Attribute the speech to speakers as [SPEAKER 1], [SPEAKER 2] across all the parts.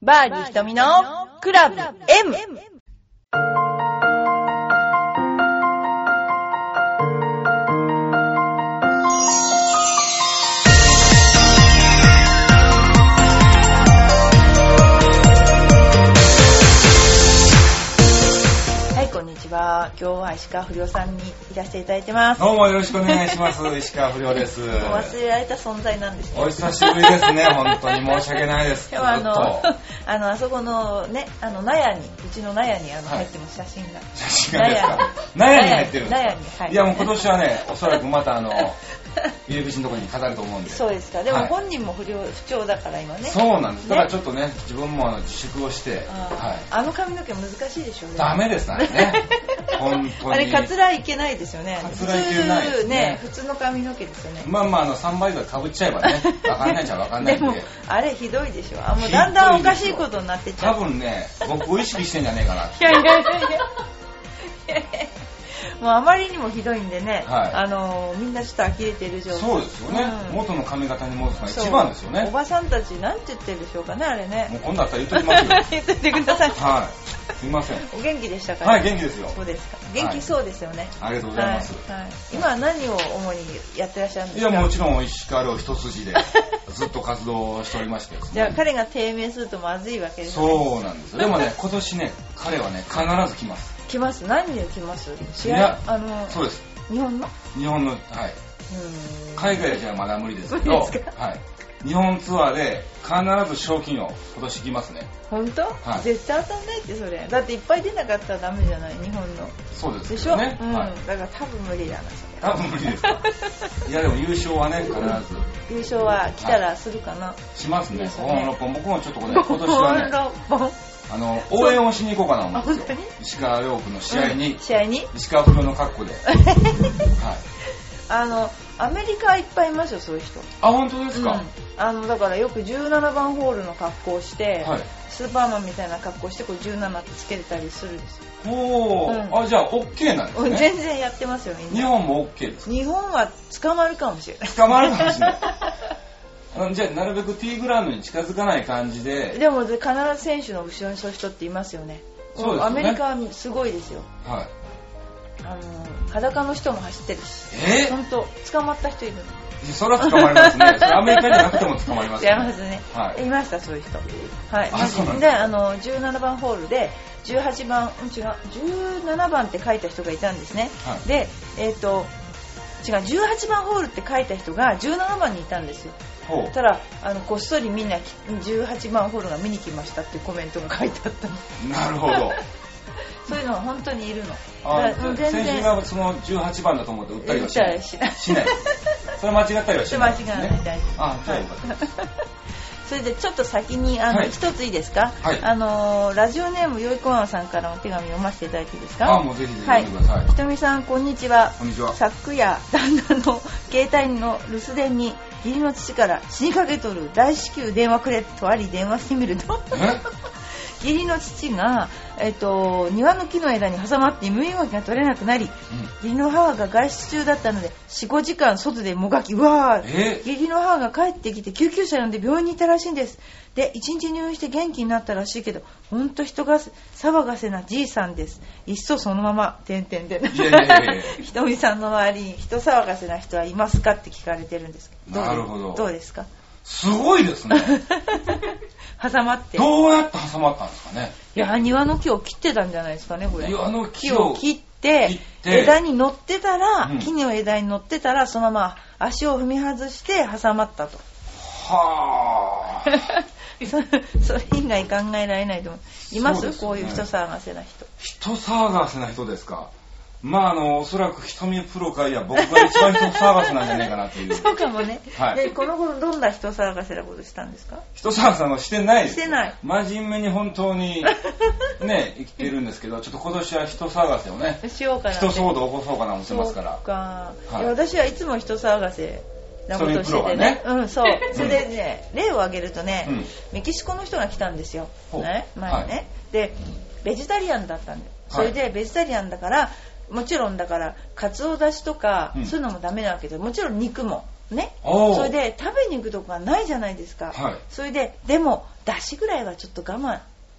[SPEAKER 1] バーディー瞳のクラブ M! はい、こんにちは。今日は石川不良さんにいらしていただいてます。も
[SPEAKER 2] どうもよろしくお願いし ます。石川不良です。
[SPEAKER 1] う忘れられた存在なんですね。
[SPEAKER 2] お久しぶりですね。本当に申し訳ないです。
[SPEAKER 1] でもあの
[SPEAKER 2] ずっと、
[SPEAKER 1] あの、あそこのね、あの、納屋に、うちの納屋にあの
[SPEAKER 2] はい
[SPEAKER 1] 入ってます、写真が。
[SPEAKER 2] 写真がですか。納屋に入ってるんで
[SPEAKER 1] 納
[SPEAKER 2] す
[SPEAKER 1] 屋に、は
[SPEAKER 2] か。
[SPEAKER 1] い。
[SPEAKER 2] いやもう今年はね、おそらくま たあの、入り口のところに飾ると思うんで。
[SPEAKER 1] そうですか。でも
[SPEAKER 2] はい
[SPEAKER 1] 本人も不良、不調だから今ね。
[SPEAKER 2] そうなんです。だから
[SPEAKER 1] ね
[SPEAKER 2] ちょっとね、自分もあの自粛をして、
[SPEAKER 1] あ
[SPEAKER 2] は
[SPEAKER 1] ーあの髪の毛難しいでしょう
[SPEAKER 2] い。ダメですから ね。本当に。
[SPEAKER 1] あれ、カツラいけないですよね。
[SPEAKER 2] カツラいけない
[SPEAKER 1] 普
[SPEAKER 2] です
[SPEAKER 1] 通ね
[SPEAKER 2] ね、
[SPEAKER 1] 普通の髪の毛ですよね。
[SPEAKER 2] まあまああの3倍ぐらい被っちゃえば ね、わかんないじゃわかんない ん
[SPEAKER 1] でも
[SPEAKER 2] で。、
[SPEAKER 1] あれひどいでしょ。あ、もうだんだんおかしいことになってっちゃ
[SPEAKER 2] 多
[SPEAKER 1] う。
[SPEAKER 2] 分ね、僕を意識してんじゃねえかな。
[SPEAKER 1] いやいやいやいや。 もうあまりにもひどいんでね、
[SPEAKER 2] はい
[SPEAKER 1] あのーみんなちょっと呆れてる状態
[SPEAKER 2] そうですよね
[SPEAKER 1] う。ん
[SPEAKER 2] 元の髪型に戻すのが
[SPEAKER 1] そう
[SPEAKER 2] 一番ですよね
[SPEAKER 1] お。ばさんたちなんて言ってるでしょうかねあれ
[SPEAKER 2] も
[SPEAKER 1] ね
[SPEAKER 2] う今度あったら言っときますよ。
[SPEAKER 1] 言っといてください
[SPEAKER 2] はい。すいません。
[SPEAKER 1] お元気でしたか、
[SPEAKER 2] はい、元気ですよ。
[SPEAKER 1] そうですか元気そうですよね、
[SPEAKER 2] ありがとうご
[SPEAKER 1] はい
[SPEAKER 2] ざいます。
[SPEAKER 1] はい今は何を主にやってらっしゃるんで
[SPEAKER 2] い
[SPEAKER 1] すか
[SPEAKER 2] や、もちろん石川遼一筋 でずっと活動をしておりましてですね
[SPEAKER 1] じゃあ彼が低迷するとまずいわけですね
[SPEAKER 2] そうなんですよ。でもね、今年ね、彼はね、必ず来ます。
[SPEAKER 1] 来ます何で来ます試
[SPEAKER 2] い
[SPEAKER 1] 合
[SPEAKER 2] や
[SPEAKER 1] あの
[SPEAKER 2] そうです。
[SPEAKER 1] 日本の
[SPEAKER 2] 日本の、はい。
[SPEAKER 1] うん
[SPEAKER 2] 海外じゃまだ無理ですけど、
[SPEAKER 1] 無理です
[SPEAKER 2] はい。日本ツアーで必ず賞金を今年来ますね。
[SPEAKER 1] 本当、
[SPEAKER 2] はい
[SPEAKER 1] 絶対当たんないってそれだっていっぱい出なかったらダメじゃない日本の
[SPEAKER 2] そうです
[SPEAKER 1] で
[SPEAKER 2] け
[SPEAKER 1] しょ、
[SPEAKER 2] どね。
[SPEAKER 1] うん、
[SPEAKER 2] はい。
[SPEAKER 1] だから多分無理だなそれ
[SPEAKER 2] 多分無理です。 いや、でも優勝はね、必ず。
[SPEAKER 1] 優勝は来たらするかな、
[SPEAKER 2] しますね。
[SPEAKER 1] です
[SPEAKER 2] 5
[SPEAKER 1] ね
[SPEAKER 2] 本6本。僕もちょっとこれ、ね、今年はね、
[SPEAKER 1] 本当
[SPEAKER 2] あの、応援をしに行こうかな思うんで
[SPEAKER 1] あ本
[SPEAKER 2] すよ
[SPEAKER 1] 当に。
[SPEAKER 2] 石川遼君の試合に
[SPEAKER 1] うん、試合に
[SPEAKER 2] 石川不良の格好 で。はい。
[SPEAKER 1] あのアメリカいっぱいいますよそういう人
[SPEAKER 2] あ、本当ですか、
[SPEAKER 1] うんあのだからよく17番ホールの格好をして、
[SPEAKER 2] はい。
[SPEAKER 1] スーパーマンみたいな格好してこう17ってつけてたりするんですよ、
[SPEAKER 2] おー、
[SPEAKER 1] うん
[SPEAKER 2] あ、じゃあ OK なんですね。
[SPEAKER 1] 全然やってますよみん
[SPEAKER 2] 日
[SPEAKER 1] な
[SPEAKER 2] 本も OK です。
[SPEAKER 1] 日本は捕まるかもしれない
[SPEAKER 2] 捕まるかもしれない。 あのじゃあ、なるべくティーグラウンドに近づかない感じで、
[SPEAKER 1] でも必ず選手の後ろにそういう人っていますよね
[SPEAKER 2] そうですよね
[SPEAKER 1] アメリカはすごいですよ
[SPEAKER 2] はい。
[SPEAKER 1] あの裸の人も走ってるし
[SPEAKER 2] え
[SPEAKER 1] 本当捕まった人いるの
[SPEAKER 2] ー、それは捕まりま すね。それアメリカじゃなくても捕まります、ね。
[SPEAKER 1] 違いますね、、
[SPEAKER 2] はいい
[SPEAKER 1] ましたそういう人はい
[SPEAKER 2] あそうなん
[SPEAKER 1] で
[SPEAKER 2] ですね
[SPEAKER 1] あの17番ホールで18番うん違う17番って書いた人がいたんですね、
[SPEAKER 2] はい
[SPEAKER 1] でえっ、と違う18番ホールって書いた人が17番にいたんですよ
[SPEAKER 2] ほう
[SPEAKER 1] そしたらあのこっそりみんなき18番ホールが見に来ましたっていうコメントが書いてあったの
[SPEAKER 2] なるほど。
[SPEAKER 1] そういうのは本当にいるの
[SPEAKER 2] あ
[SPEAKER 1] だからうん
[SPEAKER 2] じゃあ
[SPEAKER 1] 全
[SPEAKER 2] 選手
[SPEAKER 1] 然
[SPEAKER 2] がその18番だと思って打ったりはし
[SPEAKER 1] 打った
[SPEAKER 2] な
[SPEAKER 1] り
[SPEAKER 2] い。
[SPEAKER 1] しない
[SPEAKER 2] しない。それ間違ったりはしない、
[SPEAKER 1] それ間違いない大丈夫
[SPEAKER 2] あ、じゃあよかった。
[SPEAKER 1] それでちょっと先にあの
[SPEAKER 2] はい
[SPEAKER 1] 一、ついいですか、
[SPEAKER 2] はい
[SPEAKER 1] あのーラジオネームよいこあんさんからお手紙読ませていただいていいですか
[SPEAKER 2] あもうぜひぜひ読んでください
[SPEAKER 1] はひとみさんこんにちは
[SPEAKER 2] こんにちは。
[SPEAKER 1] 昨夜旦那の携帯の留守電に義理の父から死にかけとる大至急電話くれとあり電話してみると 義理の父が、えっと、庭の木の枝に挟まって身動きが取れなくなり義理の母が外出中だったので45時間外でもがきうわー
[SPEAKER 2] え
[SPEAKER 1] 義理の母が帰ってきて救急車呼んで病院に行ったらしいんですで一日入院して元気になったらしいけどほんと人が騒がせなじいさんですいっそそのまま点々で
[SPEAKER 2] いやいやいやいや
[SPEAKER 1] ひとみさんの周りに人騒がせな人はいますかって聞かれてるんですけどう
[SPEAKER 2] なるほど
[SPEAKER 1] どうですか
[SPEAKER 2] すごいですね。
[SPEAKER 1] 挟まって
[SPEAKER 2] どうやって挟まったんですかね。
[SPEAKER 1] いや庭の木を切ってたんじゃないですかねこれ
[SPEAKER 2] いや、あの
[SPEAKER 1] 木
[SPEAKER 2] 木
[SPEAKER 1] を
[SPEAKER 2] を
[SPEAKER 1] 切って
[SPEAKER 2] 切って
[SPEAKER 1] 枝に乗ってたら、
[SPEAKER 2] うん
[SPEAKER 1] 木の枝に乗ってたらそのまま足を踏み外して挟まったと
[SPEAKER 2] は ぁ。
[SPEAKER 1] そそれ以外考えられないと思ういます
[SPEAKER 2] そうですね
[SPEAKER 1] こういう人騒がせな人
[SPEAKER 2] 人騒がせな人ですか。まあ、あの、おそらく瞳プロ界は僕が一番人騒がせなんじゃないかなってい う。
[SPEAKER 1] そうかもね、
[SPEAKER 2] はい
[SPEAKER 1] でこの頃どんな人騒がせなことしたんですか
[SPEAKER 2] 人騒がせのしてないです
[SPEAKER 1] してない
[SPEAKER 2] 真面目に本 当に、ね、生きてるんですけど、ちょっと今年は人騒がせをね、
[SPEAKER 1] しようかなって
[SPEAKER 2] 人騒動起こそうかな思ってますから
[SPEAKER 1] そう。か、
[SPEAKER 2] はい
[SPEAKER 1] いや私はいつも人騒がせなことをし
[SPEAKER 2] そ
[SPEAKER 1] て
[SPEAKER 2] う
[SPEAKER 1] てね
[SPEAKER 2] いうプロがね
[SPEAKER 1] うんそうそれでね例を挙げるとね、
[SPEAKER 2] うん
[SPEAKER 1] メキシコの人が来たんですよ、
[SPEAKER 2] ほう
[SPEAKER 1] ね、前ね、
[SPEAKER 2] はい
[SPEAKER 1] でベジタリアンだったんだよそ
[SPEAKER 2] は
[SPEAKER 1] れ
[SPEAKER 2] い
[SPEAKER 1] でベジタリアンだからもちろんだからカツオだしとか、
[SPEAKER 2] うん
[SPEAKER 1] そういうのもダメなわけでもちろん肉もね
[SPEAKER 2] おー
[SPEAKER 1] それで食べに行くとこがないじゃないですか、
[SPEAKER 2] はい
[SPEAKER 1] それででも出汁ぐらいはちょっと我慢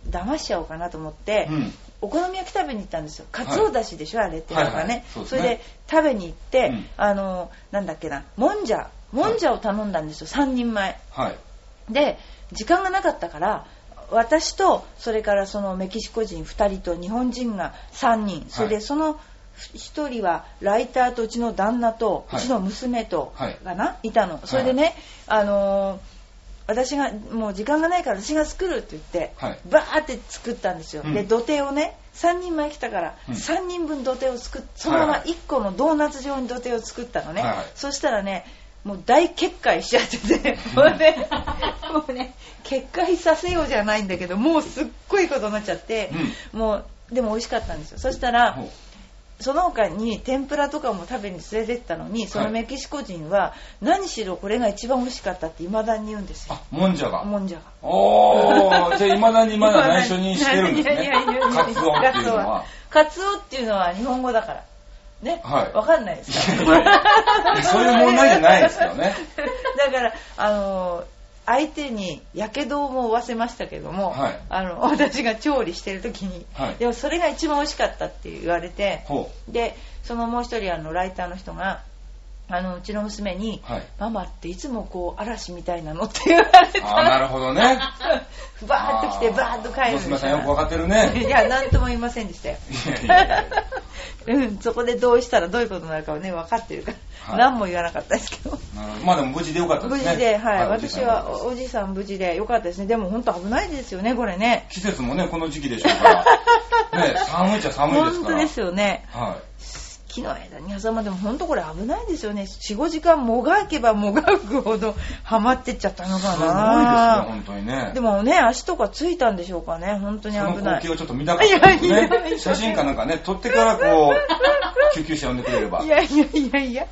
[SPEAKER 1] 騙しちゃおうかなと思って、
[SPEAKER 2] うん
[SPEAKER 1] お好み焼き食べに行ったんですよかつおだしでしょ、あれってなんかね、
[SPEAKER 2] はいはいそうです
[SPEAKER 1] そ
[SPEAKER 2] ね
[SPEAKER 1] れで食べに行って、
[SPEAKER 2] うん
[SPEAKER 1] あのなんだっけなもんじゃもんじゃを頼んだんですよ3人前
[SPEAKER 2] はい。
[SPEAKER 1] で時間がなかったから私とそれからそのメキシコ人2人と日本人が3人それ
[SPEAKER 2] は
[SPEAKER 1] で
[SPEAKER 2] い
[SPEAKER 1] その1人はライターとうちの旦那と
[SPEAKER 2] は
[SPEAKER 1] う
[SPEAKER 2] い
[SPEAKER 1] ちの娘と
[SPEAKER 2] はい
[SPEAKER 1] がないたのそれでねあのー私がもう時間がないから私が作るって言って
[SPEAKER 2] はい
[SPEAKER 1] バーって作ったんですよ
[SPEAKER 2] うん
[SPEAKER 1] で土手をね3人前来たから
[SPEAKER 2] うん
[SPEAKER 1] 3人分土手を作っそのまま
[SPEAKER 2] はいはい
[SPEAKER 1] 1個のドーナツ状に土手を作ったのね
[SPEAKER 2] はいはい
[SPEAKER 1] そしたらねもう大決壊しちゃって て、
[SPEAKER 2] うん
[SPEAKER 1] もうね、 もうね、決壊させようじゃないんだけど、もうすっごいことになっちゃって、もう、でも美味しかったんですよ。そしたら、
[SPEAKER 2] ほう
[SPEAKER 1] その他に天ぷらとかも食べに連れてったのに、そのメキシコ人は、何しろこれが一番美味しかったって未だに言うんですよ。
[SPEAKER 2] あ、もんじゃが。
[SPEAKER 1] もんじゃが。
[SPEAKER 2] おー、じゃあ、いまだにまだ内緒にしてるんです
[SPEAKER 1] い
[SPEAKER 2] ね
[SPEAKER 1] やいやいやいや。
[SPEAKER 2] カツオっていうのは。
[SPEAKER 1] カツオっていうのは日本語だから。ね。
[SPEAKER 2] はい
[SPEAKER 1] わかんないですか
[SPEAKER 2] いやいやそういう問題じゃないですよね。
[SPEAKER 1] だから、あの相手にやけども負わせましたけども、
[SPEAKER 2] はい
[SPEAKER 1] あの私が調理してる時に、
[SPEAKER 2] はい
[SPEAKER 1] でもそれが一番美味しかったって言われて
[SPEAKER 2] ほ
[SPEAKER 1] でそのもう一人あのライターの人があのうちの娘に、
[SPEAKER 2] はい
[SPEAKER 1] ママっていつもこう嵐みたいなのって言われ
[SPEAKER 2] う。
[SPEAKER 1] た
[SPEAKER 2] あー、なるほどね。
[SPEAKER 1] バーッと来て
[SPEAKER 2] あ
[SPEAKER 1] バーッと帰る
[SPEAKER 2] 娘
[SPEAKER 1] みた
[SPEAKER 2] さん
[SPEAKER 1] い
[SPEAKER 2] よ
[SPEAKER 1] な
[SPEAKER 2] くわかっ てるね。
[SPEAKER 1] いや何とも言いませんでしたよ
[SPEAKER 2] いやいやいや
[SPEAKER 1] うん、そこで同意したらどういうことになるかはね分かってるから、
[SPEAKER 2] はい
[SPEAKER 1] 何も言わなかったですけど
[SPEAKER 2] なるほどまあでも無事でよかったで
[SPEAKER 1] 無
[SPEAKER 2] す
[SPEAKER 1] 事
[SPEAKER 2] ね。
[SPEAKER 1] で、はい、
[SPEAKER 2] 無事
[SPEAKER 1] 私
[SPEAKER 2] で
[SPEAKER 1] はおおじさん無事で良かったですね。でも本当危ないですよね、これね。
[SPEAKER 2] 季節もね、この時期でしょう から。ね、寒いっちゃ寒いです
[SPEAKER 1] 本
[SPEAKER 2] か
[SPEAKER 1] 当
[SPEAKER 2] ら。
[SPEAKER 1] ですよね。
[SPEAKER 2] は
[SPEAKER 1] 木の枝に挟まっても本当これ危ないですよね。4、5時間もがけばもがくほど ハマってっちゃったの
[SPEAKER 2] い。すご
[SPEAKER 1] か
[SPEAKER 2] いですね、
[SPEAKER 1] な。
[SPEAKER 2] 本当にね。
[SPEAKER 1] でもね、足とかついたんでしょうかね。本当に
[SPEAKER 2] その
[SPEAKER 1] 危な
[SPEAKER 2] 光
[SPEAKER 1] い
[SPEAKER 2] 景。をちょっと見たかったです
[SPEAKER 1] いやいやい
[SPEAKER 2] ね。
[SPEAKER 1] や
[SPEAKER 2] 写真かなんかね、撮ってからこう、救急車呼んでくれれ ば。
[SPEAKER 1] いやいやいやいや、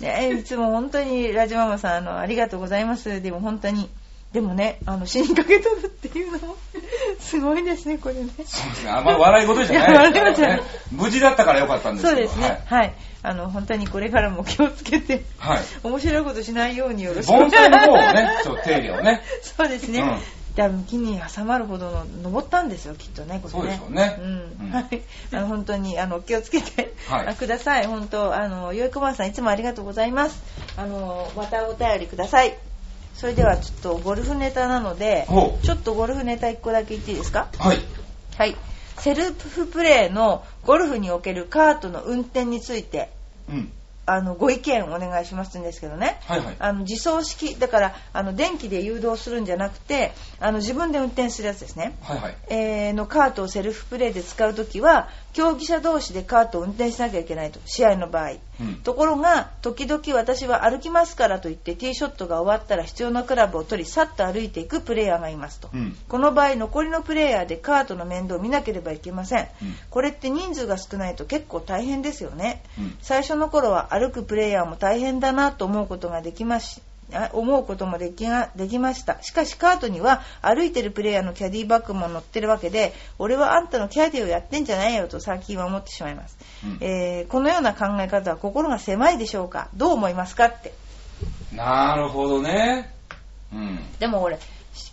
[SPEAKER 1] ね、いつも本当にラジママさんあのありがとうございます。でも本当に、でもね、あの死にかけとるっていうのも すごいですね、これね。
[SPEAKER 2] そうですね。あんま笑い事じゃないで
[SPEAKER 1] い
[SPEAKER 2] す
[SPEAKER 1] や
[SPEAKER 2] から
[SPEAKER 1] 笑い
[SPEAKER 2] ね
[SPEAKER 1] 事。
[SPEAKER 2] 無事だったからよかったんです
[SPEAKER 1] そう
[SPEAKER 2] け
[SPEAKER 1] で
[SPEAKER 2] ど。
[SPEAKER 1] すね。はい、あの、本当にこれからも気をつけて、
[SPEAKER 2] はい。はい。
[SPEAKER 1] 面白いことしないようによろしく。
[SPEAKER 2] 盆栽の方をね、ちょっと手入れをね。
[SPEAKER 1] そうですね。
[SPEAKER 2] う
[SPEAKER 1] であの木に挟まるほどの登ったんですよきっとねこれね
[SPEAKER 2] そうでしょうね
[SPEAKER 1] う
[SPEAKER 2] うんん
[SPEAKER 1] はいあの本当にあの気をつけて、
[SPEAKER 2] はい
[SPEAKER 1] あください本当あのよいこまさんいつもありがとうございますあのまたお便りくださいそれではちょっとゴルフネタなので
[SPEAKER 2] ほう
[SPEAKER 1] ちょっとゴルフネタ1個だけ言っていいですか
[SPEAKER 2] はい。
[SPEAKER 1] はいセルフプレーのゴルフにおけるカートの運転について
[SPEAKER 2] うん。
[SPEAKER 1] あのご意見お願いしますんですけどね、
[SPEAKER 2] はいはい。
[SPEAKER 1] あの自走式だからあの電気で誘導するんじゃなくてあの自分で運転するやつですね、
[SPEAKER 2] はいはい。
[SPEAKER 1] えーのカートをセルフプレーで使うときは競技者同士でカートを運転しなきゃいけないと試合の場合、
[SPEAKER 2] うん。
[SPEAKER 1] ところが時々私は歩きますからと言ってティーショットが終わったら必要なクラブを取りさっと歩いていくプレイヤーがいますと、
[SPEAKER 2] うん。
[SPEAKER 1] この場合残りのプレイヤーでカートの面倒を見なければいけません、
[SPEAKER 2] うん
[SPEAKER 1] これって人数が少ないと結構大変ですよね、
[SPEAKER 2] うん
[SPEAKER 1] 最初の頃は歩くプレイヤーも大変だなと思うことができますしあ思うこともできができましたしかしカートには歩いてるプレイヤーのキャディバッグも乗ってるわけで俺はあんたのキャディをやってんじゃないよと最近は思ってしまいます、
[SPEAKER 2] うん
[SPEAKER 1] えーこのような考え方は心が狭いでしょうかどう思いますかって
[SPEAKER 2] なるほどね。うん。
[SPEAKER 1] でも俺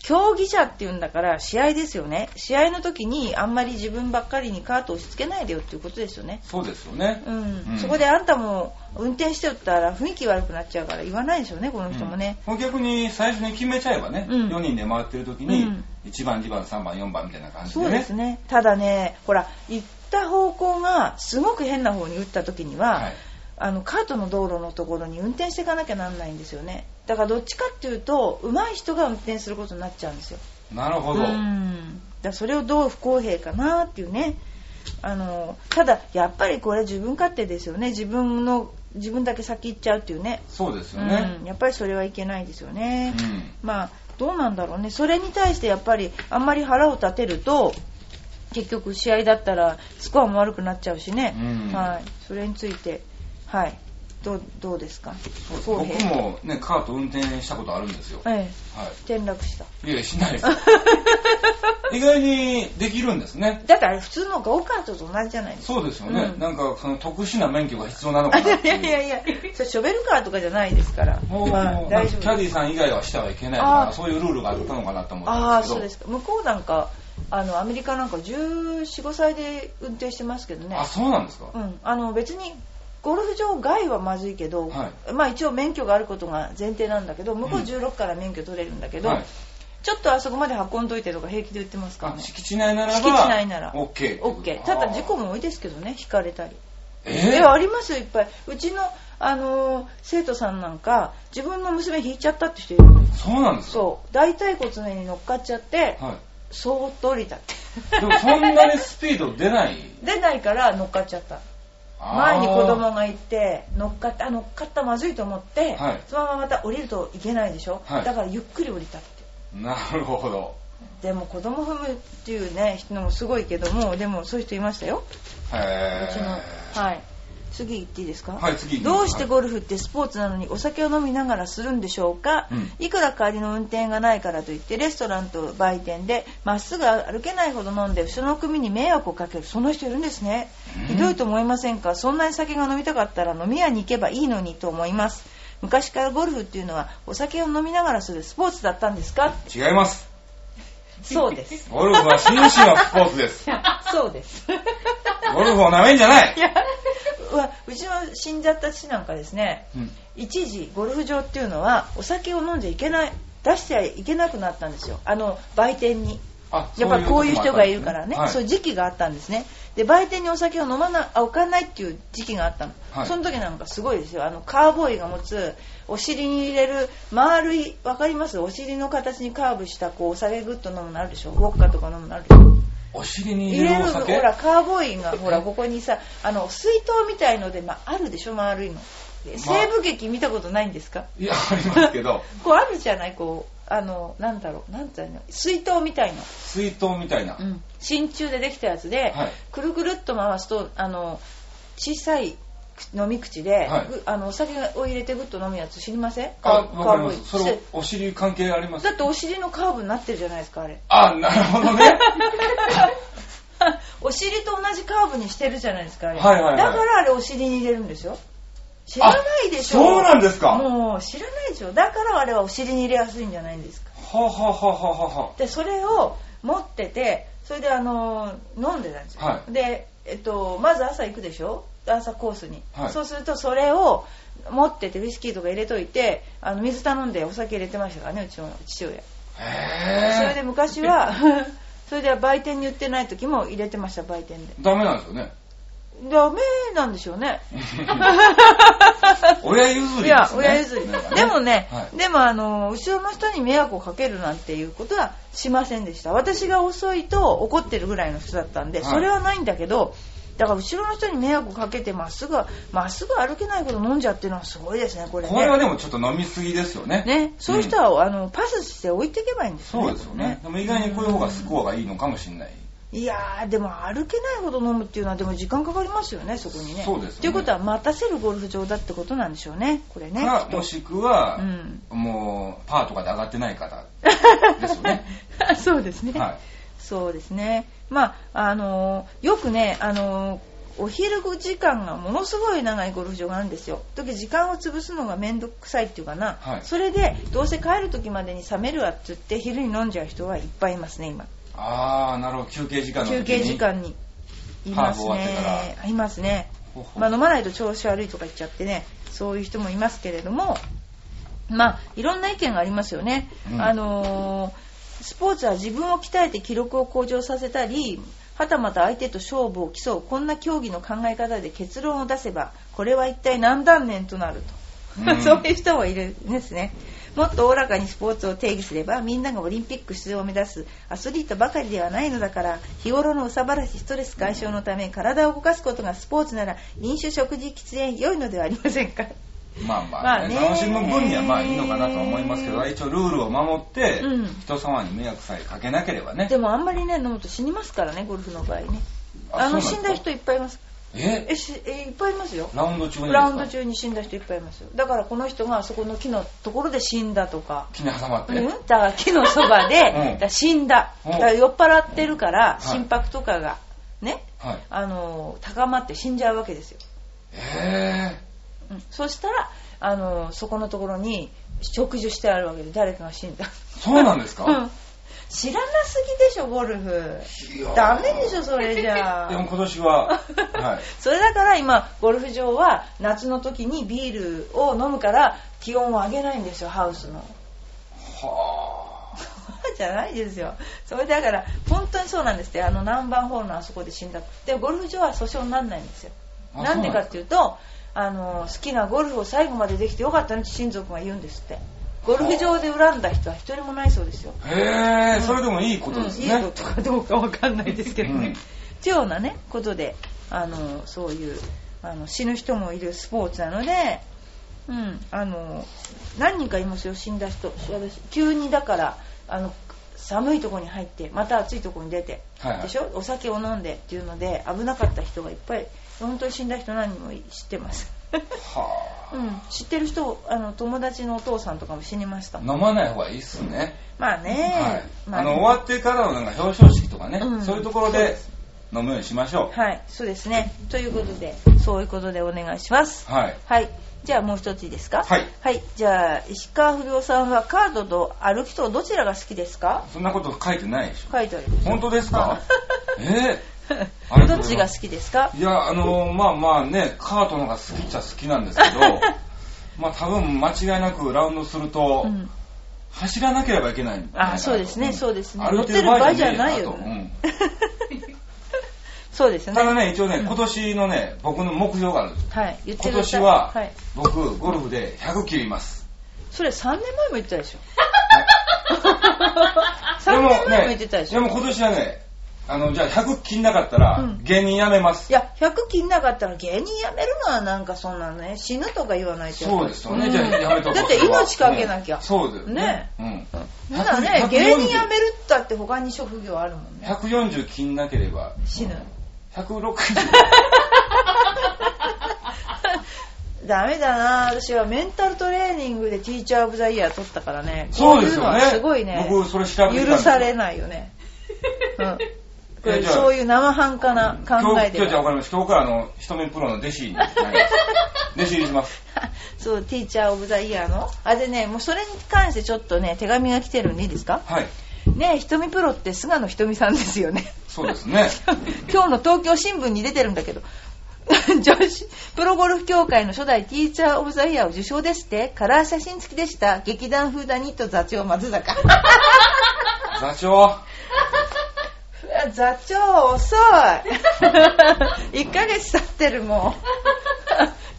[SPEAKER 1] 競技者っていうんだから試合ですよね試合の時にあんまり自分ばっかりにカートを押し付けないでよっていうことですよね
[SPEAKER 2] そうですよね。
[SPEAKER 1] うん、
[SPEAKER 2] うん
[SPEAKER 1] そこであんたも運転してよって言ったら雰囲気悪くなっちゃうから言わないでしょうねこの人もね、
[SPEAKER 2] うん。もう逆に最初に決めちゃえばね、
[SPEAKER 1] うん
[SPEAKER 2] 4人で回ってる時
[SPEAKER 1] う
[SPEAKER 2] に
[SPEAKER 1] ん、
[SPEAKER 2] 1番、2番、3番、4番みたいな感じでね。
[SPEAKER 1] そうですねただねほら行った方向がすごく変な方に打った時には、
[SPEAKER 2] はい。
[SPEAKER 1] あのカートの道路のところに運転していかなきゃなんないんですよねだからどっちかっていうと上手い人が運転することになっちゃうんですよ
[SPEAKER 2] なるほど。
[SPEAKER 1] うんだからそれをどう不公平かなっていうねあのただやっぱりこれ自分勝手ですよね自分の自分だけ先行っちゃうっていうね
[SPEAKER 2] そうですよね
[SPEAKER 1] う。ん、やっぱりそれはいけないですよね、
[SPEAKER 2] うん。
[SPEAKER 1] まあどうなんだろうねそれに対してやっぱりあんまり腹を立てると結局試合だったらスコアも悪くなっちゃうしね、
[SPEAKER 2] うん
[SPEAKER 1] はい、それについてはいどうどうですか不公
[SPEAKER 2] 僕
[SPEAKER 1] 平
[SPEAKER 2] もね、カート運転したことあるんですよ。は
[SPEAKER 1] ええ
[SPEAKER 2] い。
[SPEAKER 1] 転落した
[SPEAKER 2] いや、しないです。意外にできるんですね。
[SPEAKER 1] だってあれ普通のゴーカートと同じじゃないですか
[SPEAKER 2] そうですよね。
[SPEAKER 1] うん
[SPEAKER 2] なんか、その特殊な免許が必要なの
[SPEAKER 1] あ
[SPEAKER 2] か
[SPEAKER 1] い
[SPEAKER 2] な
[SPEAKER 1] や
[SPEAKER 2] っ
[SPEAKER 1] い
[SPEAKER 2] てい
[SPEAKER 1] や
[SPEAKER 2] う。
[SPEAKER 1] いやいやそれショベルカーとかじゃないですから、
[SPEAKER 2] もう、
[SPEAKER 1] ま
[SPEAKER 2] も
[SPEAKER 1] あ、
[SPEAKER 2] うなん
[SPEAKER 1] 大
[SPEAKER 2] か
[SPEAKER 1] 丈
[SPEAKER 2] キャ
[SPEAKER 1] 夫で
[SPEAKER 2] ディ
[SPEAKER 1] す
[SPEAKER 2] さん以外はしてはいけないとか
[SPEAKER 1] あ、ー
[SPEAKER 2] そういうルールがあったのかなと思った
[SPEAKER 1] あ
[SPEAKER 2] ん
[SPEAKER 1] あ
[SPEAKER 2] です
[SPEAKER 1] そう
[SPEAKER 2] け
[SPEAKER 1] で
[SPEAKER 2] ど。
[SPEAKER 1] すか向こうなんかあのアメリカなんか1415歳で運転してますけどね
[SPEAKER 2] あ、そうなんですか。
[SPEAKER 1] うん、あの別にゴルフ場外はまずいけど、
[SPEAKER 2] は
[SPEAKER 1] まあ一応免許があることが前提なんだけど向こう16から免許取れるんだけど、
[SPEAKER 2] はい
[SPEAKER 1] ちょっとあそこまで運んどいてとか平気で言ってますから
[SPEAKER 2] あ
[SPEAKER 1] ね
[SPEAKER 2] 敷地内ならば、
[SPEAKER 1] 敷地内なら
[SPEAKER 2] OK っていうこと。
[SPEAKER 1] OK ただ事故
[SPEAKER 2] あー。
[SPEAKER 1] も多いですけどね引かれたり
[SPEAKER 2] え
[SPEAKER 1] いやありますよいっぱいうちの、あのー生徒さんなんか自分の娘引いちゃったって人いる
[SPEAKER 2] そうなんですか
[SPEAKER 1] そう大腿骨に乗っかっちゃって
[SPEAKER 2] は
[SPEAKER 1] そーっと降りたって
[SPEAKER 2] い。でもそんなにスピード出ない。
[SPEAKER 1] 出ないから乗っかっちゃった 前に子供がいて乗っかった乗っかったまずいと思って、
[SPEAKER 2] はい
[SPEAKER 1] そのまままた降りるといけないでしょ、
[SPEAKER 2] はい
[SPEAKER 1] だからゆっくり降りたって
[SPEAKER 2] なるほど。
[SPEAKER 1] でも子供踏むっていうね人もすごいけどもでもそういう人いましたよ
[SPEAKER 2] へ
[SPEAKER 1] うちのはい次行っていいですか、
[SPEAKER 2] はい次行きます
[SPEAKER 1] どうしてゴルフってスポーツなのにお酒を飲みながらするんでしょうか、
[SPEAKER 2] うん
[SPEAKER 1] いくら代わりの運転がないからといってレストランと売店でまっすぐ歩けないほど飲んで後ろの組に迷惑をかけるその人いるんですね
[SPEAKER 2] うん
[SPEAKER 1] ひどいと思いませんかそんなに酒が飲みたかったら飲み屋に行けばいいのにと思います昔からゴルフっていうのはお酒を飲みながらするスポーツだったんですか
[SPEAKER 2] 違います。
[SPEAKER 1] そうです
[SPEAKER 2] ゴルフは紳士のスポー ツです。
[SPEAKER 1] そうです
[SPEAKER 2] ゴルフを舐めんじゃない
[SPEAKER 1] い。やうわうちの死んじゃった父なんかですね
[SPEAKER 2] うん
[SPEAKER 1] 一時ゴルフ場っていうのはお酒を飲んじゃいけない出してはいけなくなったんですよあの売店に
[SPEAKER 2] あ
[SPEAKER 1] やっぱこういう人がいるからねそう
[SPEAKER 2] そう
[SPEAKER 1] いう
[SPEAKER 2] いうこ
[SPEAKER 1] 時期があったんですねで売店にお酒を飲まなあ置かないっていう時期があったの、
[SPEAKER 2] はい
[SPEAKER 1] その時なんかすごいですよあのカーボーイが持つお尻に入れる丸いわかりますお尻の形にカーブしたこうお酒グッと飲むのあるでしょウォッカとか飲むのあるでしょ
[SPEAKER 2] ともあったんですねお尻に
[SPEAKER 1] 入
[SPEAKER 2] 入れ
[SPEAKER 1] れ
[SPEAKER 2] る
[SPEAKER 1] る
[SPEAKER 2] お
[SPEAKER 1] ほ
[SPEAKER 2] 酒
[SPEAKER 1] らカーボーイがほらここにさあの水筒みたいので、まあ、あるでしょ丸いので
[SPEAKER 2] まあ
[SPEAKER 1] 西部劇見たことないんですか
[SPEAKER 2] いや、ありますけど、
[SPEAKER 1] こうあるじゃないこうあのなんだろうなんていうの水筒みたいの、
[SPEAKER 2] 水筒みたいな。
[SPEAKER 1] 真鍮でできたやつで、
[SPEAKER 2] はい
[SPEAKER 1] くるくるっと回すとあの小さい飲み口で、
[SPEAKER 2] はい
[SPEAKER 1] ぐあのお酒を入れてグッと飲むやつ知りません
[SPEAKER 2] あ、
[SPEAKER 1] カー
[SPEAKER 2] わかりま
[SPEAKER 1] カーボーイ
[SPEAKER 2] す。それ、お尻関係あります
[SPEAKER 1] だってお尻のカーブになってるじゃないですかあれ
[SPEAKER 2] あ、なるほどね。
[SPEAKER 1] お尻と同じカーブにしてるじゃないですかあれ、
[SPEAKER 2] はいはいはい
[SPEAKER 1] だからあれお尻に入れるんですよ知らないでしょ
[SPEAKER 2] あそうなんですか
[SPEAKER 1] もう知らないでしょだからあれはお尻に入れやすいんじゃないんですか
[SPEAKER 2] はははははは。
[SPEAKER 1] でそれを持っててそれであのー飲んでたんですよ、
[SPEAKER 2] はい
[SPEAKER 1] で、えっと、まず朝行くでしょ朝コースに、
[SPEAKER 2] はい
[SPEAKER 1] そうするとそれを持っててウイスキーとか入れといてあの水頼んでお酒入れてましたからねうちの父親それ
[SPEAKER 2] へ
[SPEAKER 1] で
[SPEAKER 2] ぇ
[SPEAKER 1] 昔は それで売店に売ってない時も入れてました売店で
[SPEAKER 2] ー。ダメなんですよ ね。
[SPEAKER 1] ダメなんでしょうね
[SPEAKER 2] 親譲りです、ね。
[SPEAKER 1] いや親譲りでもね、
[SPEAKER 2] はい
[SPEAKER 1] でもあの後ろの人に迷惑をかけるなんていうことはしませんでした私が遅いと怒ってるぐらいの人だったんで、
[SPEAKER 2] はい
[SPEAKER 1] それはないんだけどだから後ろの人に迷惑をかけてまっすぐまっすぐ歩けないこと飲んじゃってるのはすごいですねこれね
[SPEAKER 2] これはでもちょっと飲みすぎですよね。
[SPEAKER 1] ねそういう人
[SPEAKER 2] ん
[SPEAKER 1] は、あのパスして置いていけばいいんですよ
[SPEAKER 2] そうですよね。でも意外にこういう方がスコアがいいのかもしれない。
[SPEAKER 1] いやーでも歩けないほど飲むっていうのはでも時間かかりますよねそこにね
[SPEAKER 2] そうですね
[SPEAKER 1] ということは待たせるゴルフ場だってことなんでしょうねこれね
[SPEAKER 2] か
[SPEAKER 1] きっ、と
[SPEAKER 2] もしくは
[SPEAKER 1] う、ん
[SPEAKER 2] もう、パーとかで上がってない方ですよね。
[SPEAKER 1] そうですね、
[SPEAKER 2] はい。
[SPEAKER 1] そうですね。まあ、あのーよくね、あのーお昼時間がものすごい長いゴルフ場があるんですよ。時時間を潰すのが面倒くさいっていうかな、
[SPEAKER 2] はい
[SPEAKER 1] それでどうせ帰る時までに冷めるわって言って昼に飲んじゃう人はいっぱいいますね今。
[SPEAKER 2] あー、なるほど。休憩時間の時に
[SPEAKER 1] 休憩時間にいます
[SPEAKER 2] ハーブ終わって
[SPEAKER 1] ね。いますね。
[SPEAKER 2] ほほ
[SPEAKER 1] まあ、飲まないと調子悪いとか言っちゃってねそういう人もいますけれどもまあいろんな意見がありますよね、
[SPEAKER 2] うん
[SPEAKER 1] あのースポーツは自分を鍛えて記録を向上させたりはたまた相手と勝負を競うこんな競技の考え方で結論を出せばこれは一体何断念となると、
[SPEAKER 2] う ん
[SPEAKER 1] そういう人もいるんですねもっとおおらかにスポーツを定義すればみんながオリンピック出場を目指すアスリートばかりではないのだから日頃の憂さ晴らしストレス解消のため体を動かすことがスポーツなら飲酒食事喫煙良いのではありませんか
[SPEAKER 2] まあまあ、ね
[SPEAKER 1] まあね
[SPEAKER 2] 楽しむ分にはまあいいのかなと思いますけど、一応ルールを守って、
[SPEAKER 1] うん
[SPEAKER 2] 人様に迷惑さえかけなければね
[SPEAKER 1] で。もあんまりね飲むと死にますからねゴルフの場合ね
[SPEAKER 2] あ
[SPEAKER 1] あ
[SPEAKER 2] そうなん
[SPEAKER 1] の
[SPEAKER 2] ですか
[SPEAKER 1] 死んだ人いっぱいいます
[SPEAKER 2] え
[SPEAKER 1] えしえいっぱいいますよ
[SPEAKER 2] ラウンド中にですか
[SPEAKER 1] ラウンド中に死んだ人いっぱいいますよだからこの人がそこの木のところで死んだとか
[SPEAKER 2] 木に挟まっ
[SPEAKER 1] う
[SPEAKER 2] て、
[SPEAKER 1] ん、だから木のそばで、
[SPEAKER 2] うん
[SPEAKER 1] だから死んだ、
[SPEAKER 2] うん
[SPEAKER 1] だから酔っ払ってるから
[SPEAKER 2] い
[SPEAKER 1] 心拍とかがね、
[SPEAKER 2] はい
[SPEAKER 1] あの高まって死んじゃうわけですよ、
[SPEAKER 2] え
[SPEAKER 1] うん、そしたらあのそこのところに植樹してあるわけで誰かが死んだ
[SPEAKER 2] ー、そうなんですか、
[SPEAKER 1] うん知らなすぎでしょゴルフ
[SPEAKER 2] いやー
[SPEAKER 1] ダメでしょそれじゃ
[SPEAKER 2] でも
[SPEAKER 1] あ
[SPEAKER 2] 今 年は、はい、
[SPEAKER 1] それだから今ゴルフ場は夏の時にビールを飲むから気温を上げないんですよハウスの
[SPEAKER 2] はあ
[SPEAKER 1] じゃないですよ。それだから、本当にそうなんですって。あの、何番ホールのあそこで死んだ。で、ゴルフ場は訴訟にならないんですよ。
[SPEAKER 2] あ
[SPEAKER 1] なんでかっていうと、あの、好きなゴルフを最後までできてよかったねって親族が言うんですって。ゴルフ場で恨んだ人は一人もないそうですよ。
[SPEAKER 2] へえ、それでもいいことですね。
[SPEAKER 1] うんいいことかどうかわかんないですけどね。
[SPEAKER 2] うん
[SPEAKER 1] っていうようなね、ことで、あの、そういう、あの、死ぬ人もいるスポーツなので、うん、あの、何人かいますよ、死んだ人。私急にだから、あの、寒いとこに入って、また暑いとこに出て、
[SPEAKER 2] はいはい
[SPEAKER 1] でしょお酒を飲んでっていうので、危なかった人がいっぱい、本当に死んだ人何人も知ってます。
[SPEAKER 2] は
[SPEAKER 1] うん、知ってる人、あの、友達のお父さんとかも死にました
[SPEAKER 2] あ。。飲まない方がいいっすね。
[SPEAKER 1] まあね、
[SPEAKER 2] はい。
[SPEAKER 1] ま
[SPEAKER 2] あ
[SPEAKER 1] ね
[SPEAKER 2] の、終わってからのなんか表彰式とかね、
[SPEAKER 1] うん
[SPEAKER 2] そういうところ
[SPEAKER 1] そうで
[SPEAKER 2] で飲むようにしましょ
[SPEAKER 1] はい、そうですね。ということで、そういうことでお願いします。
[SPEAKER 2] う。はい。
[SPEAKER 1] はい。じゃあもう一ついいですか
[SPEAKER 2] はい
[SPEAKER 1] じゃあ、石川不良さんはカードと歩きとどちらが好きですか
[SPEAKER 2] そんなこと書いてないでしょ。
[SPEAKER 1] 書いてあります。
[SPEAKER 2] 本当ですか
[SPEAKER 1] あ
[SPEAKER 2] えあり
[SPEAKER 1] ど
[SPEAKER 2] がとうござ
[SPEAKER 1] っち
[SPEAKER 2] います
[SPEAKER 1] が好きですか
[SPEAKER 2] えいや、あのーまあまあね、カートの方が好きっちゃ好きなんですけど、 まあ多分間違いなくラウンドすると、
[SPEAKER 1] うん。
[SPEAKER 2] 走らなければいけないんだなと
[SPEAKER 1] あ、そうですね、
[SPEAKER 2] ん
[SPEAKER 1] そうですね。
[SPEAKER 2] 歩
[SPEAKER 1] 乗
[SPEAKER 2] い
[SPEAKER 1] ってる場合じゃない
[SPEAKER 2] ね
[SPEAKER 1] よ
[SPEAKER 2] えとう。ん
[SPEAKER 1] そうですね。
[SPEAKER 2] ただね、一応ね、
[SPEAKER 1] うん
[SPEAKER 2] 今年のね、僕の目標があるんです。
[SPEAKER 1] はい、言って
[SPEAKER 2] 今
[SPEAKER 1] くださ
[SPEAKER 2] 年
[SPEAKER 1] い。
[SPEAKER 2] は、
[SPEAKER 1] い。
[SPEAKER 2] 僕、ゴルフで100切り ます。
[SPEAKER 1] それ3年前も言ってたで しょ。
[SPEAKER 2] で
[SPEAKER 1] 3年前も言ってたでしょ。
[SPEAKER 2] ね、でも今年はね、あの、じゃあ100切んなかったら、
[SPEAKER 1] うん
[SPEAKER 2] 芸人辞めます。
[SPEAKER 1] いや、100切んなかったら芸人辞めるのはなんかそんなね、死ぬとか言わないと。
[SPEAKER 2] そうですよね。
[SPEAKER 1] ん
[SPEAKER 2] じゃあやめとこう。
[SPEAKER 1] だって命かけなきゃ。
[SPEAKER 2] ねそうですよ
[SPEAKER 1] ね
[SPEAKER 2] ね。うん。
[SPEAKER 1] なんだね
[SPEAKER 2] 140、
[SPEAKER 1] 芸人辞めるったって他に職業あるもんね。
[SPEAKER 2] 140切んなければ、
[SPEAKER 1] 死ぬ。
[SPEAKER 2] 160。
[SPEAKER 1] ダメだな私はメンタルトレーニングでティーチャーオブザイヤー取ったからね。
[SPEAKER 2] そうですよ
[SPEAKER 1] こう
[SPEAKER 2] ね
[SPEAKER 1] いうのはすごいね。
[SPEAKER 2] 僕それ調べてたんですよ
[SPEAKER 1] 許されないよね。うん。こ
[SPEAKER 2] え
[SPEAKER 1] れ
[SPEAKER 2] じゃあ
[SPEAKER 1] そういう生半可な考えで
[SPEAKER 2] 今日今日じゃあわ
[SPEAKER 1] は。
[SPEAKER 2] かりました。今日からあの、一目プロの弟子になります。弟子入りします。
[SPEAKER 1] そう、ティーチャーオブザイヤーの。あ、でね、もうそれに関してちょっとね、手紙が来てるんでいいですか
[SPEAKER 2] はい。
[SPEAKER 1] ねえ、ひとみプロって菅野ひとみさんですよね。
[SPEAKER 2] そうで すね。
[SPEAKER 1] 今日の東京新聞に出てるんだけど 女子プロゴルフ協会の初代ティーチャー・オブ・ザ・イヤーを受賞ですってカラー写真付きでした劇団風ダニット座長松坂
[SPEAKER 2] 座長。
[SPEAKER 1] うわ 座長遅 い1ヶ月経ってるも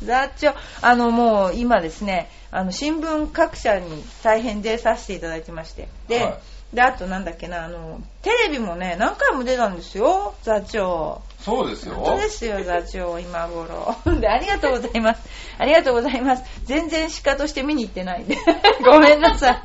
[SPEAKER 1] う 座長あのもう今ですねあの新聞各社に大変出させていただいてましてで,、
[SPEAKER 2] は
[SPEAKER 1] であとなんだっけなあのテレビもね何回も出たんですよ座長
[SPEAKER 2] そうですよ。
[SPEAKER 1] 本当ですよ、座長、今頃。で、ありがとうございます。ありがとうございます。全然鹿として見に行ってないんで。 ごめんなさい。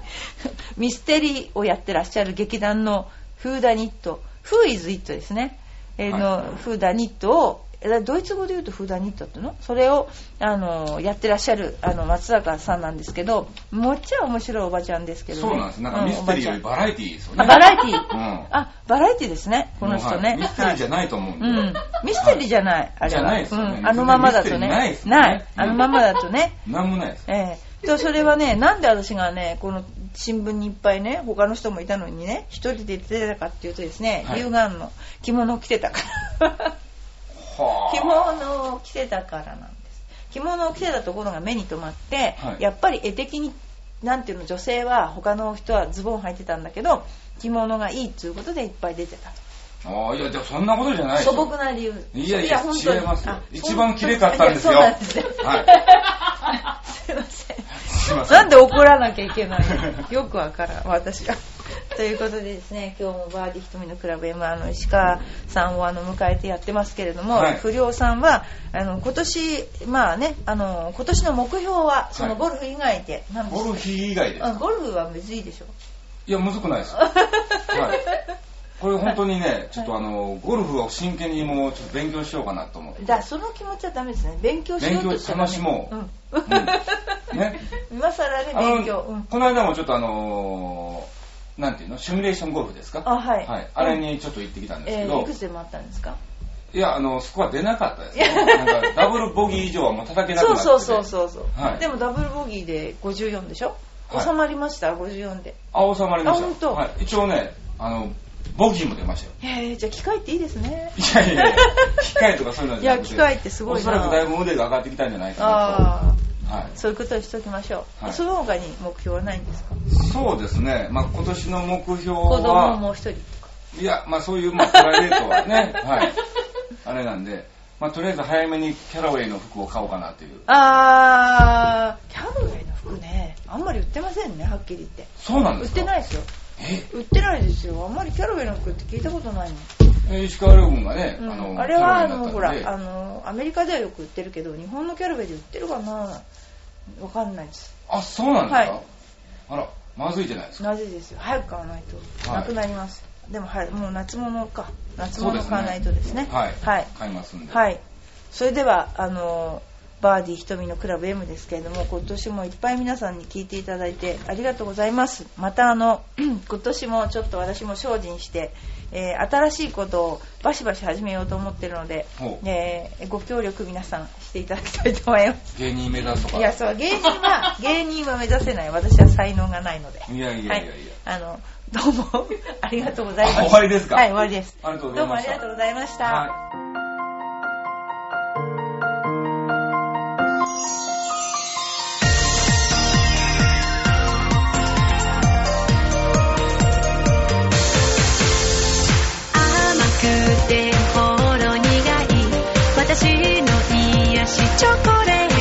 [SPEAKER 1] ミステリーをやってらっしゃる劇団のフーダニット、フーイズイットですね。えーの、
[SPEAKER 2] はい
[SPEAKER 1] フーダニットを、えドイツ語で言うとフーダニットってのそれを、あの、やってらっしゃる、あの、松坂さんなんですけど、もっちゃ面白いおばちゃんですけど、
[SPEAKER 2] そうなんです。なんかミステリーより
[SPEAKER 1] バ
[SPEAKER 2] バラエティーですよ
[SPEAKER 1] あ
[SPEAKER 2] ね。
[SPEAKER 1] バラエティー
[SPEAKER 2] うん
[SPEAKER 1] あ、バラエティですね、この人
[SPEAKER 2] は
[SPEAKER 1] ね。
[SPEAKER 2] いミステリーじゃないと思うんで。
[SPEAKER 1] うん、ミステリーじゃない、あれは
[SPEAKER 2] じゃないですよね
[SPEAKER 1] うん、あのままだとね
[SPEAKER 2] ミステリーないですよね
[SPEAKER 1] ないあのままだとね
[SPEAKER 2] なんもないです。
[SPEAKER 1] ええとそれはねなんで私がねこの新聞にいっぱいね他の人もいたのにね一人で出てたかっていうとですね、
[SPEAKER 2] はい
[SPEAKER 1] 龍眼の着物を着てたから
[SPEAKER 2] は
[SPEAKER 1] 着物を着てたからなんです着物を着てたところが目に留まって、
[SPEAKER 2] はい
[SPEAKER 1] やっぱり絵的になんていうの女性は他の人はズボン履いてたんだけど着物がいいっていうことでいっぱい出てたと
[SPEAKER 2] ああ、いや、でもそんなことじゃないです
[SPEAKER 1] 素
[SPEAKER 2] よ。
[SPEAKER 1] 朴な理由
[SPEAKER 2] いやいや
[SPEAKER 1] 本当に
[SPEAKER 2] 違いますよ
[SPEAKER 1] あ
[SPEAKER 2] 一番綺麗かったんですよ
[SPEAKER 1] いやそうなんですね、 すいません
[SPEAKER 2] すいません
[SPEAKER 1] なんで怒らなきゃいけないのよくわからん、私が。 ということでですね、今日もバーディー瞳のクラブ M あの石川さんをあの迎えてやってますけれども、
[SPEAKER 2] はい
[SPEAKER 1] 不良さんはあの今年まあねあの今年の目標はその
[SPEAKER 2] はい
[SPEAKER 1] ゴルフ以外で何で
[SPEAKER 2] ゴ
[SPEAKER 1] す
[SPEAKER 2] ルフ以外です
[SPEAKER 1] か、うんゴルフはむずいでしょ。
[SPEAKER 2] いや、むずくないですよ。はい。これ本当にね、ちょっとあの、ゴルフを真剣にもうちょっと勉強しようかなと思って。
[SPEAKER 1] だその気持ちはダメですね勉強しようとしたら、ね、
[SPEAKER 2] 勉強し楽しもう
[SPEAKER 1] うん
[SPEAKER 2] うん ね。
[SPEAKER 1] 今更ね
[SPEAKER 2] あの
[SPEAKER 1] 勉強うん
[SPEAKER 2] この間もちょっとあのーなんていうのシミュレーションゴルフですか
[SPEAKER 1] あはい
[SPEAKER 2] あれにちょっと行ってきたんで
[SPEAKER 1] え
[SPEAKER 2] すけ
[SPEAKER 1] ー、い
[SPEAKER 2] ど
[SPEAKER 1] く、つでもあったんですか
[SPEAKER 2] いやあのスコア出なかったですねなんかダブルボギー以上はもう叩けなく
[SPEAKER 1] そう
[SPEAKER 2] なってて
[SPEAKER 1] そうそうそうそう、
[SPEAKER 2] はい
[SPEAKER 1] でもダブルボギーで54でしょ、
[SPEAKER 2] はい
[SPEAKER 1] 収まりました54で
[SPEAKER 2] あ収まりました
[SPEAKER 1] あ本当
[SPEAKER 2] はい、一応ねあのボギーも出ました よ
[SPEAKER 1] へえじゃあ機械っていいですね
[SPEAKER 2] いやいやいや機械とかそういうのじゃなくて
[SPEAKER 1] いや機械ってすごいな
[SPEAKER 2] おそらくだいぶ腕が上がってきたんじゃないか
[SPEAKER 1] ああ
[SPEAKER 2] なと、はい、
[SPEAKER 1] そういうことにしておきましょう、
[SPEAKER 2] はい
[SPEAKER 1] その他に目標はないんですか
[SPEAKER 2] そうですね、まあ、今年の目標
[SPEAKER 1] 子供
[SPEAKER 2] は
[SPEAKER 1] もう一人とか
[SPEAKER 2] いや、まあ、そういう、まあ、プライベート はね、はい、あれなんで、まあ、とりあえず早めにキャラウェイの服を買おうかなっていう
[SPEAKER 1] あーキャンウェイの服ねあんまり売ってませんねはっきり言って
[SPEAKER 2] そうなん
[SPEAKER 1] 売
[SPEAKER 2] で
[SPEAKER 1] っ
[SPEAKER 2] すか
[SPEAKER 1] てないですよ
[SPEAKER 2] え
[SPEAKER 1] 売ってないですよあんまりキャラウェイの服って聞いたことないもん
[SPEAKER 2] え石川遼君がね、
[SPEAKER 1] うん
[SPEAKER 2] あ
[SPEAKER 1] あ
[SPEAKER 2] の
[SPEAKER 1] れはあ
[SPEAKER 2] キャラウェイになったん
[SPEAKER 1] の
[SPEAKER 2] で
[SPEAKER 1] ほらあのアメリカではよく売ってるけど日本のキャラウェイで売ってるかなわかんないです
[SPEAKER 2] あそうなんですか、
[SPEAKER 1] はい
[SPEAKER 2] あらまずいじゃないですか
[SPEAKER 1] なぜですよ早く買わないと
[SPEAKER 2] はい
[SPEAKER 1] なくなります、でもはいもう夏物か夏
[SPEAKER 2] そうで
[SPEAKER 1] 物
[SPEAKER 2] すね
[SPEAKER 1] 買わないとですね
[SPEAKER 2] はい、
[SPEAKER 1] はい、
[SPEAKER 2] 買いますんで、
[SPEAKER 1] はいそれではあのバーディー瞳のクラブ M ですけれども今年もいっぱい皆さんに聞いていただいてありがとうございますまたあの 今年もちょっと私も精進して、えー新しいことをバシバシ始めようと思ってるので
[SPEAKER 2] ほ、う
[SPEAKER 1] えーご協力皆さんしていただきたいと思います
[SPEAKER 2] 芸人目指すとか
[SPEAKER 1] いやそう芸人は芸人は目指せない私は才能がないので
[SPEAKER 2] いやいやいやいや、
[SPEAKER 1] はい、あのどうも ありがとうございます
[SPEAKER 2] あ終わりですか
[SPEAKER 1] はい終わりです
[SPEAKER 2] ありがとうご
[SPEAKER 1] ど
[SPEAKER 2] ざ
[SPEAKER 1] う
[SPEAKER 2] い
[SPEAKER 1] も
[SPEAKER 2] ま
[SPEAKER 1] あ
[SPEAKER 2] し
[SPEAKER 1] り
[SPEAKER 2] た
[SPEAKER 1] がとうございました、
[SPEAKER 2] はい
[SPEAKER 3] 甘くてほろ苦い私の癒しチョコレー